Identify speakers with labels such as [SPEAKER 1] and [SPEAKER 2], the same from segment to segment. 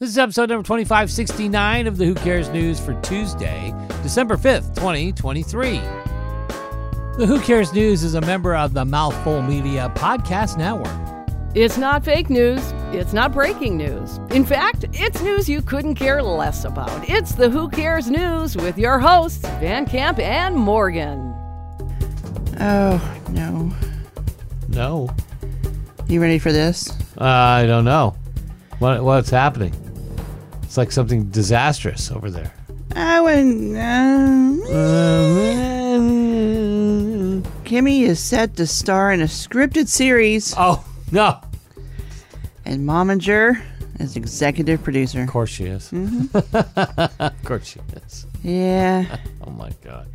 [SPEAKER 1] This is episode number 2569 of the Who Cares News for Tuesday, December 5th, 2023. The Who Cares News is a member of the Mouthful Media Podcast Network.
[SPEAKER 2] It's not fake news. It's not breaking news. In fact, it's news you couldn't care less about. It's the Who Cares News with your hosts, Van Camp and Morgan.
[SPEAKER 3] Oh, no.
[SPEAKER 1] No. Uh,
[SPEAKER 3] You ready for this?
[SPEAKER 1] I don't know. What, what's happening? It's like something disastrous over there.
[SPEAKER 3] I wouldn't. Uh, Kimmy is set to star in a scripted series,
[SPEAKER 1] Oh, no. Of
[SPEAKER 3] and Mominger is executive producer.
[SPEAKER 1] course she is. of course she is.
[SPEAKER 3] Yeah.
[SPEAKER 1] Oh, my God.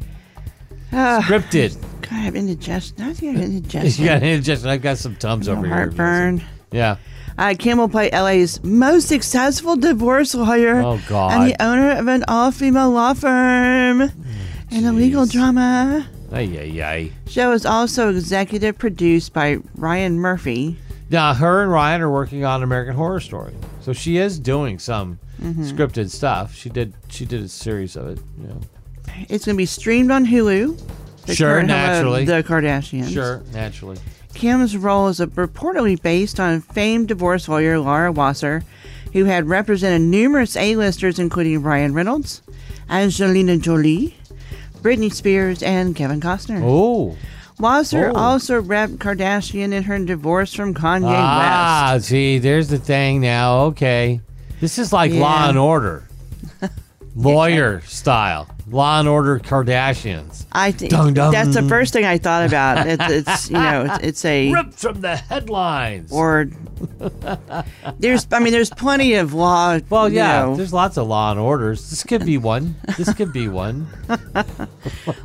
[SPEAKER 3] Oh, God,
[SPEAKER 1] Scripted.
[SPEAKER 3] I have indigestion. I think I have
[SPEAKER 1] you
[SPEAKER 3] indigestion.
[SPEAKER 1] got an indigestion. I've got some Tums over here.
[SPEAKER 3] Heartburn.
[SPEAKER 1] Yeah.
[SPEAKER 3] Uh, Kim will play LA's most successful divorce lawyer
[SPEAKER 1] Oh, God. Oh,
[SPEAKER 3] and the owner of an all female law firm and a legal
[SPEAKER 1] Jeez.
[SPEAKER 3] drama.
[SPEAKER 1] Ay, ay, ay.
[SPEAKER 3] Show is also executive produced by Ryan Murphy.
[SPEAKER 1] Now, her and Ryan are working on American Horror Story, so she is doing some
[SPEAKER 3] Mm-hmm.
[SPEAKER 1] scripted stuff. She did she did a series of it. You know.
[SPEAKER 3] It's going to be streamed on Hulu. The
[SPEAKER 1] Sure,
[SPEAKER 3] current home of
[SPEAKER 1] naturally.
[SPEAKER 3] The Kardashians.
[SPEAKER 1] Sure, naturally.
[SPEAKER 3] Kim's role is reportedly based on famed divorce lawyer Laura Wasser, who had represented numerous A-listers, including Ryan Reynolds, Angelina Jolie, Britney Spears, and Kevin Costner.
[SPEAKER 1] Oh,
[SPEAKER 3] Wasser
[SPEAKER 1] Oh.
[SPEAKER 3] also repped Kardashian in her divorce from Kanye West.
[SPEAKER 1] ah, see, there's the thing now. Okay, this is like Law
[SPEAKER 3] Yeah.
[SPEAKER 1] and Order, lawyer style. Law and Order Kardashians.
[SPEAKER 3] I think
[SPEAKER 1] Dun, dun.
[SPEAKER 3] that's the first thing I thought about. It's, it's you know, it's, it's a
[SPEAKER 1] Ripped from the headlines.
[SPEAKER 3] or there's I mean there's plenty of law.
[SPEAKER 1] well,
[SPEAKER 3] you
[SPEAKER 1] yeah,
[SPEAKER 3] know.
[SPEAKER 1] there's lots of Law and Orders. This could be one. This could be one.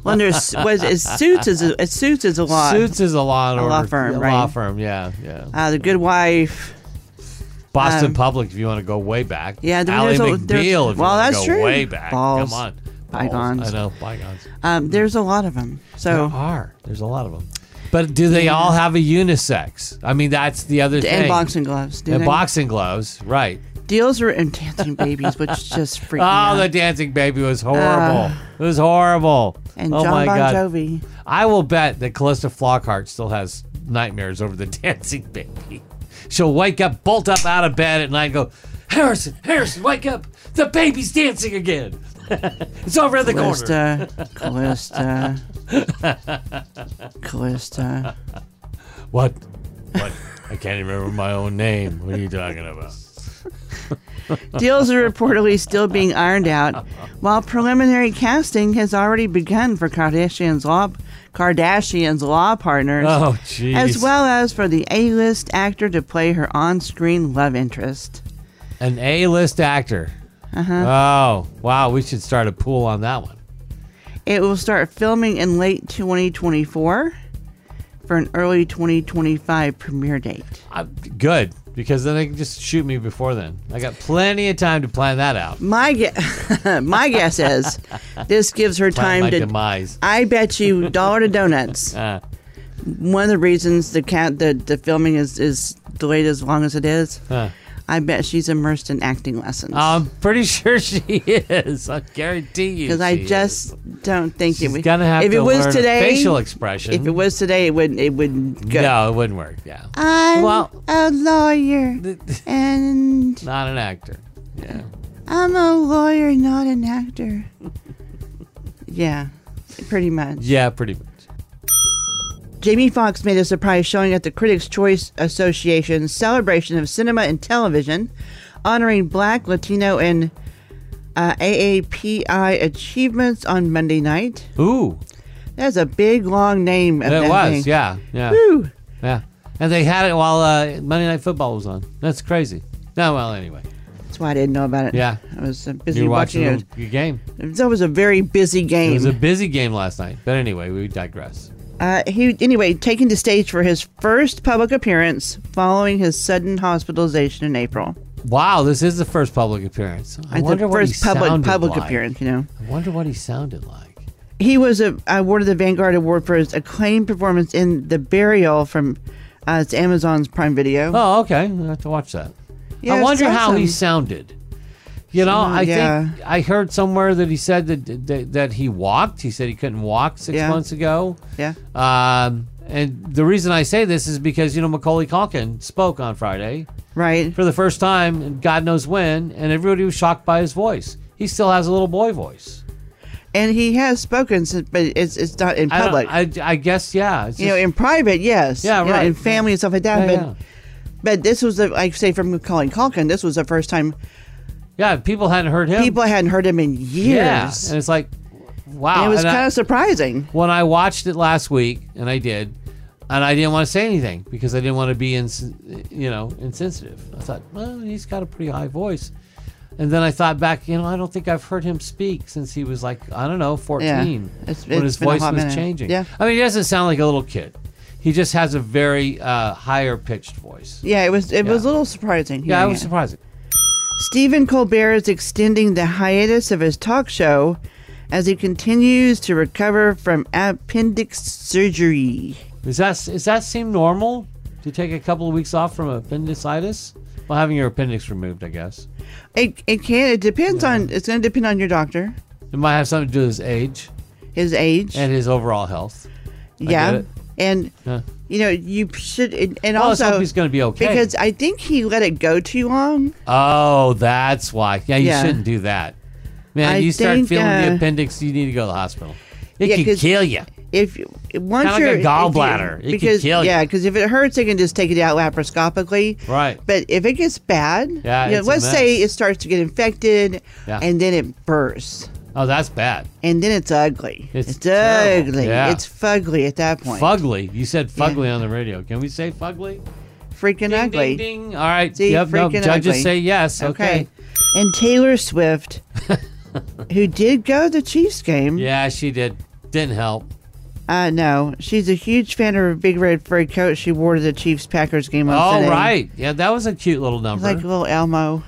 [SPEAKER 3] Well, there's was it suits is a, it suits is a lot.
[SPEAKER 1] Suits is a Law and
[SPEAKER 3] A
[SPEAKER 1] Order
[SPEAKER 3] law firm,
[SPEAKER 1] a Law
[SPEAKER 3] right?
[SPEAKER 1] firm, yeah, yeah.
[SPEAKER 3] Uh, the Good Wife.
[SPEAKER 1] Boston
[SPEAKER 3] Um,
[SPEAKER 1] Public, if you want to go way back.
[SPEAKER 3] Yeah, there-
[SPEAKER 1] Ally
[SPEAKER 3] there's a-
[SPEAKER 1] McBeal,
[SPEAKER 3] there's-
[SPEAKER 1] if you
[SPEAKER 3] well,
[SPEAKER 1] want
[SPEAKER 3] that's
[SPEAKER 1] to go
[SPEAKER 3] true.
[SPEAKER 1] way back.
[SPEAKER 3] Balls.
[SPEAKER 1] Come on. Balls.
[SPEAKER 3] Bygones. Oh.
[SPEAKER 1] I know, bygones.
[SPEAKER 3] Um, there's a lot of them.
[SPEAKER 1] There
[SPEAKER 3] So
[SPEAKER 1] are. There's a lot of them. But do they all have a unisex? I mean, that's the other thing.
[SPEAKER 3] and boxing gloves. Do
[SPEAKER 1] And
[SPEAKER 3] they?
[SPEAKER 1] boxing gloves, right.
[SPEAKER 3] Deals are and dancing babies, which just freaking.
[SPEAKER 1] Oh, the dancing baby was horrible. it was horrible.
[SPEAKER 3] and
[SPEAKER 1] oh
[SPEAKER 3] John
[SPEAKER 1] my
[SPEAKER 3] Bon
[SPEAKER 1] God.
[SPEAKER 3] Jovi.
[SPEAKER 1] I will bet that Callista Flockhart still has nightmares over the dancing baby. She'll wake up, bolt up out of bed at night, and go, Harrison, Harrison, wake up! The baby's dancing again. it's over in the corner.
[SPEAKER 3] Callista, Callista, Callista.
[SPEAKER 1] What? What? I can't even remember my own name. What are you talking about?
[SPEAKER 3] Deals are reportedly still being ironed out, while preliminary casting has already begun for Kardashian's law, Kardashian's law partners.
[SPEAKER 1] Oh, jeez.
[SPEAKER 3] as well as for the A-list actor to play her on-screen love interest.
[SPEAKER 1] An A-list actor. Uh-huh. Oh, wow. We should start a pool on that one.
[SPEAKER 3] It will start filming in late 2024 for an early 2025 premiere date.
[SPEAKER 1] I'm good because then they can just shoot me before then. I got plenty of time to plan that out.
[SPEAKER 3] My gu- my guess is this gives her
[SPEAKER 1] Plan my
[SPEAKER 3] time to.
[SPEAKER 1] demise.
[SPEAKER 3] I bet you dollar to donuts.
[SPEAKER 1] Uh,
[SPEAKER 3] One of the reasons the cat the, the filming is is delayed as long as it is.
[SPEAKER 1] uh.
[SPEAKER 3] I bet she's immersed in acting lessons.
[SPEAKER 1] I'm pretty sure she is. I guarantee you.
[SPEAKER 3] because I
[SPEAKER 1] she is.
[SPEAKER 3] just don't think it
[SPEAKER 1] she's
[SPEAKER 3] would.
[SPEAKER 1] gonna have
[SPEAKER 3] if
[SPEAKER 1] to
[SPEAKER 3] it was
[SPEAKER 1] learn a
[SPEAKER 3] today,
[SPEAKER 1] facial expression.
[SPEAKER 3] If it was today, it would it would go.
[SPEAKER 1] no, it wouldn't work. Yeah,
[SPEAKER 3] I'm
[SPEAKER 1] Well-
[SPEAKER 3] a lawyer, and
[SPEAKER 1] not an actor. Yeah,
[SPEAKER 3] I'm a lawyer, not an actor. yeah, pretty much.
[SPEAKER 1] yeah, pretty much.
[SPEAKER 3] Jamie Foxx made a surprise showing at the Critics' Choice Association's celebration of cinema and television, honoring Black, Latino, and uh, AAPI achievements on Monday night.
[SPEAKER 1] Ooh,
[SPEAKER 3] That's a big, long name. Of
[SPEAKER 1] it
[SPEAKER 3] that
[SPEAKER 1] was.
[SPEAKER 3] thing.
[SPEAKER 1] Yeah, yeah,
[SPEAKER 3] Whew.
[SPEAKER 1] yeah. And they had it while uh, Monday Night Football was on. That's crazy. No, well, anyway,
[SPEAKER 3] That's why I didn't know about it.
[SPEAKER 1] Yeah.
[SPEAKER 3] I was uh, busy
[SPEAKER 1] you're
[SPEAKER 3] watching,
[SPEAKER 1] watching
[SPEAKER 3] it.
[SPEAKER 1] the the game.
[SPEAKER 3] It was, it was a very busy game.
[SPEAKER 1] It was a busy game last night, but anyway, we digress.
[SPEAKER 3] Uh, he anyway taken to stage for his first public appearance following his sudden hospitalization in April.
[SPEAKER 1] Wow, this is the first public appearance. I
[SPEAKER 3] Like
[SPEAKER 1] wonder
[SPEAKER 3] the
[SPEAKER 1] what he
[SPEAKER 3] first public
[SPEAKER 1] sounded
[SPEAKER 3] public
[SPEAKER 1] like.
[SPEAKER 3] appearance, you know.
[SPEAKER 1] I wonder what he sounded like.
[SPEAKER 3] He was a, uh, awarded the Vanguard Award for his acclaimed performance in The Burial from uh, it's Amazon's Prime Video.
[SPEAKER 1] Oh, okay. I have to watch that.
[SPEAKER 3] Yeah,
[SPEAKER 1] I
[SPEAKER 3] it's
[SPEAKER 1] wonder how he
[SPEAKER 3] awesome. Mm,
[SPEAKER 1] sounded. You know, I
[SPEAKER 3] yeah.
[SPEAKER 1] think I heard somewhere that he said that, that that he walked. He said he couldn't walk six
[SPEAKER 3] Yeah.
[SPEAKER 1] months ago.
[SPEAKER 3] Yeah.
[SPEAKER 1] Um, and the reason I say this is because you know Macaulay Culkin spoke on Friday
[SPEAKER 3] Right.
[SPEAKER 1] for the first time, and God knows when, and everybody was shocked by his voice. He still has a little boy voice.
[SPEAKER 3] And he has spoken, since, but it's it's not in
[SPEAKER 1] I don't-
[SPEAKER 3] public.
[SPEAKER 1] I, I guess yeah. It's
[SPEAKER 3] you know,
[SPEAKER 1] just-
[SPEAKER 3] in private, yes.
[SPEAKER 1] Yeah,
[SPEAKER 3] You know,
[SPEAKER 1] right.
[SPEAKER 3] in family and stuff like that.
[SPEAKER 1] yeah,
[SPEAKER 3] but
[SPEAKER 1] yeah.
[SPEAKER 3] but this was, the, like say, from Colin Culkin. This was the first time
[SPEAKER 1] Yeah, people hadn't heard him.
[SPEAKER 3] people hadn't heard him in
[SPEAKER 1] yeah,
[SPEAKER 3] years.
[SPEAKER 1] and it's like, wow.
[SPEAKER 3] And it was
[SPEAKER 1] And I-
[SPEAKER 3] kind of surprising.
[SPEAKER 1] when I watched it last week, and I did, and I didn't want to say anything because I didn't want to be in, you know, insensitive. I thought, well, he's got a pretty high voice, and then I thought back, you know, I don't think I've heard him speak since he was like, I don't know, fourteen,
[SPEAKER 3] Yeah. It's-
[SPEAKER 1] when
[SPEAKER 3] it's
[SPEAKER 1] his
[SPEAKER 3] been a
[SPEAKER 1] voice
[SPEAKER 3] hot
[SPEAKER 1] was
[SPEAKER 3] minute.
[SPEAKER 1] changing.
[SPEAKER 3] Yeah.
[SPEAKER 1] I mean, he doesn't sound like a little kid. He just has a very uh, higher pitched voice. Yeah,
[SPEAKER 3] Yeah, it was it was a
[SPEAKER 1] Yeah.
[SPEAKER 3] little surprising.
[SPEAKER 1] I
[SPEAKER 3] hearing
[SPEAKER 1] was
[SPEAKER 3] it.
[SPEAKER 1] surprised.
[SPEAKER 3] Stephen Colbert is extending the hiatus of his talk show as he continues to recover from appendix surgery.
[SPEAKER 1] Is that is that seem normal to take a couple of weeks off from appendicitis? Well, having your appendix removed, I guess.
[SPEAKER 3] It, it can it depends on it's going to depend on your doctor,
[SPEAKER 1] It might have something to do with his age.
[SPEAKER 3] his age,
[SPEAKER 1] and his overall health.
[SPEAKER 3] yeah,
[SPEAKER 1] get it.
[SPEAKER 3] and
[SPEAKER 1] Yeah.
[SPEAKER 3] you know you should and, and
[SPEAKER 1] Well, let's
[SPEAKER 3] also
[SPEAKER 1] hope he's going to be okay.
[SPEAKER 3] because I think he let it go too long.
[SPEAKER 1] oh, that's why. Yeah, you
[SPEAKER 3] Yeah.
[SPEAKER 1] shouldn't do that, man.
[SPEAKER 3] I
[SPEAKER 1] you start
[SPEAKER 3] think,
[SPEAKER 1] feeling
[SPEAKER 3] uh,
[SPEAKER 1] the appendix, you need to go to the hospital. It
[SPEAKER 3] Yeah,
[SPEAKER 1] can
[SPEAKER 3] 'cause-
[SPEAKER 1] kill you.
[SPEAKER 3] If once
[SPEAKER 1] like a
[SPEAKER 3] you're if you-
[SPEAKER 1] gallbladder. It could
[SPEAKER 3] because
[SPEAKER 1] kill you.
[SPEAKER 3] yeah, because if it hurts, they can just take it out laparoscopically.
[SPEAKER 1] Right.
[SPEAKER 3] But if it gets bad,
[SPEAKER 1] Yeah,
[SPEAKER 3] you know,
[SPEAKER 1] it's a
[SPEAKER 3] let's
[SPEAKER 1] mess.
[SPEAKER 3] say it starts to get infected,
[SPEAKER 1] Yeah.
[SPEAKER 3] and then it bursts,
[SPEAKER 1] Oh, that's bad.
[SPEAKER 3] and then it's ugly.
[SPEAKER 1] It's terrible.
[SPEAKER 3] ugly.
[SPEAKER 1] Yeah.
[SPEAKER 3] It's fugly at that point.
[SPEAKER 1] Fugly. You said fugly on the radio. Can we say fugly?
[SPEAKER 3] Freaking
[SPEAKER 1] Ding,
[SPEAKER 3] ugly.
[SPEAKER 1] Ding, ding. All right.
[SPEAKER 3] See,
[SPEAKER 1] yep. No,
[SPEAKER 3] freaking
[SPEAKER 1] judges
[SPEAKER 3] ugly.
[SPEAKER 1] say yes. Okay.
[SPEAKER 3] Okay. And Taylor Swift, who did go to the Chiefs game.
[SPEAKER 1] Yeah, she did. Didn't help.
[SPEAKER 3] Uh, no, she's a huge fan of her big red fur coat she wore to the Chiefs Packers game on
[SPEAKER 1] All
[SPEAKER 3] Sunday.
[SPEAKER 1] right. Yeah, that was a cute little number.
[SPEAKER 3] Like little Elmo.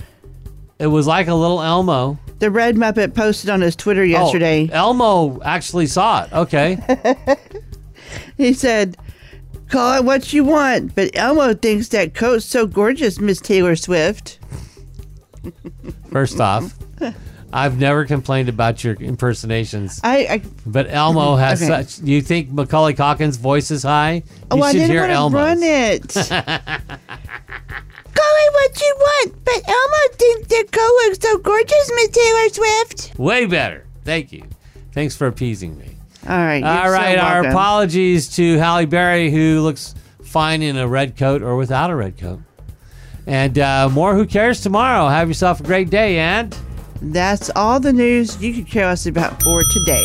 [SPEAKER 1] it was like a little Elmo.
[SPEAKER 3] The Red Muppet posted on his Twitter
[SPEAKER 1] Oh,
[SPEAKER 3] yesterday.
[SPEAKER 1] Elmo actually saw it. Okay.
[SPEAKER 3] He said, Call it what you want, but Elmo thinks that coat's so gorgeous, Miss Taylor Swift.
[SPEAKER 1] First off,
[SPEAKER 3] Mm-hmm.
[SPEAKER 1] I've never complained about your impersonations,
[SPEAKER 3] I, I
[SPEAKER 1] but Elmo has
[SPEAKER 3] Mm-hmm. Okay.
[SPEAKER 1] such. You think Macaulay Calkin's voice is high?
[SPEAKER 3] oh,
[SPEAKER 1] You
[SPEAKER 3] I
[SPEAKER 1] should
[SPEAKER 3] didn't
[SPEAKER 1] hear
[SPEAKER 3] want to
[SPEAKER 1] Elmo's.
[SPEAKER 3] run it. Call it what you want, but Elmo thinks that coat looks so gorgeous, Miss Taylor Swift.
[SPEAKER 1] Way better. Thank you. Thanks for appeasing me.
[SPEAKER 3] All right. you're
[SPEAKER 1] All
[SPEAKER 3] so
[SPEAKER 1] right, our
[SPEAKER 3] welcome.
[SPEAKER 1] apologies to Halle Berry, who looks fine in a red coat or without a red coat. And uh, more Who Cares tomorrow. Have yourself a great day, and.
[SPEAKER 3] That's all the news you could care us about for today.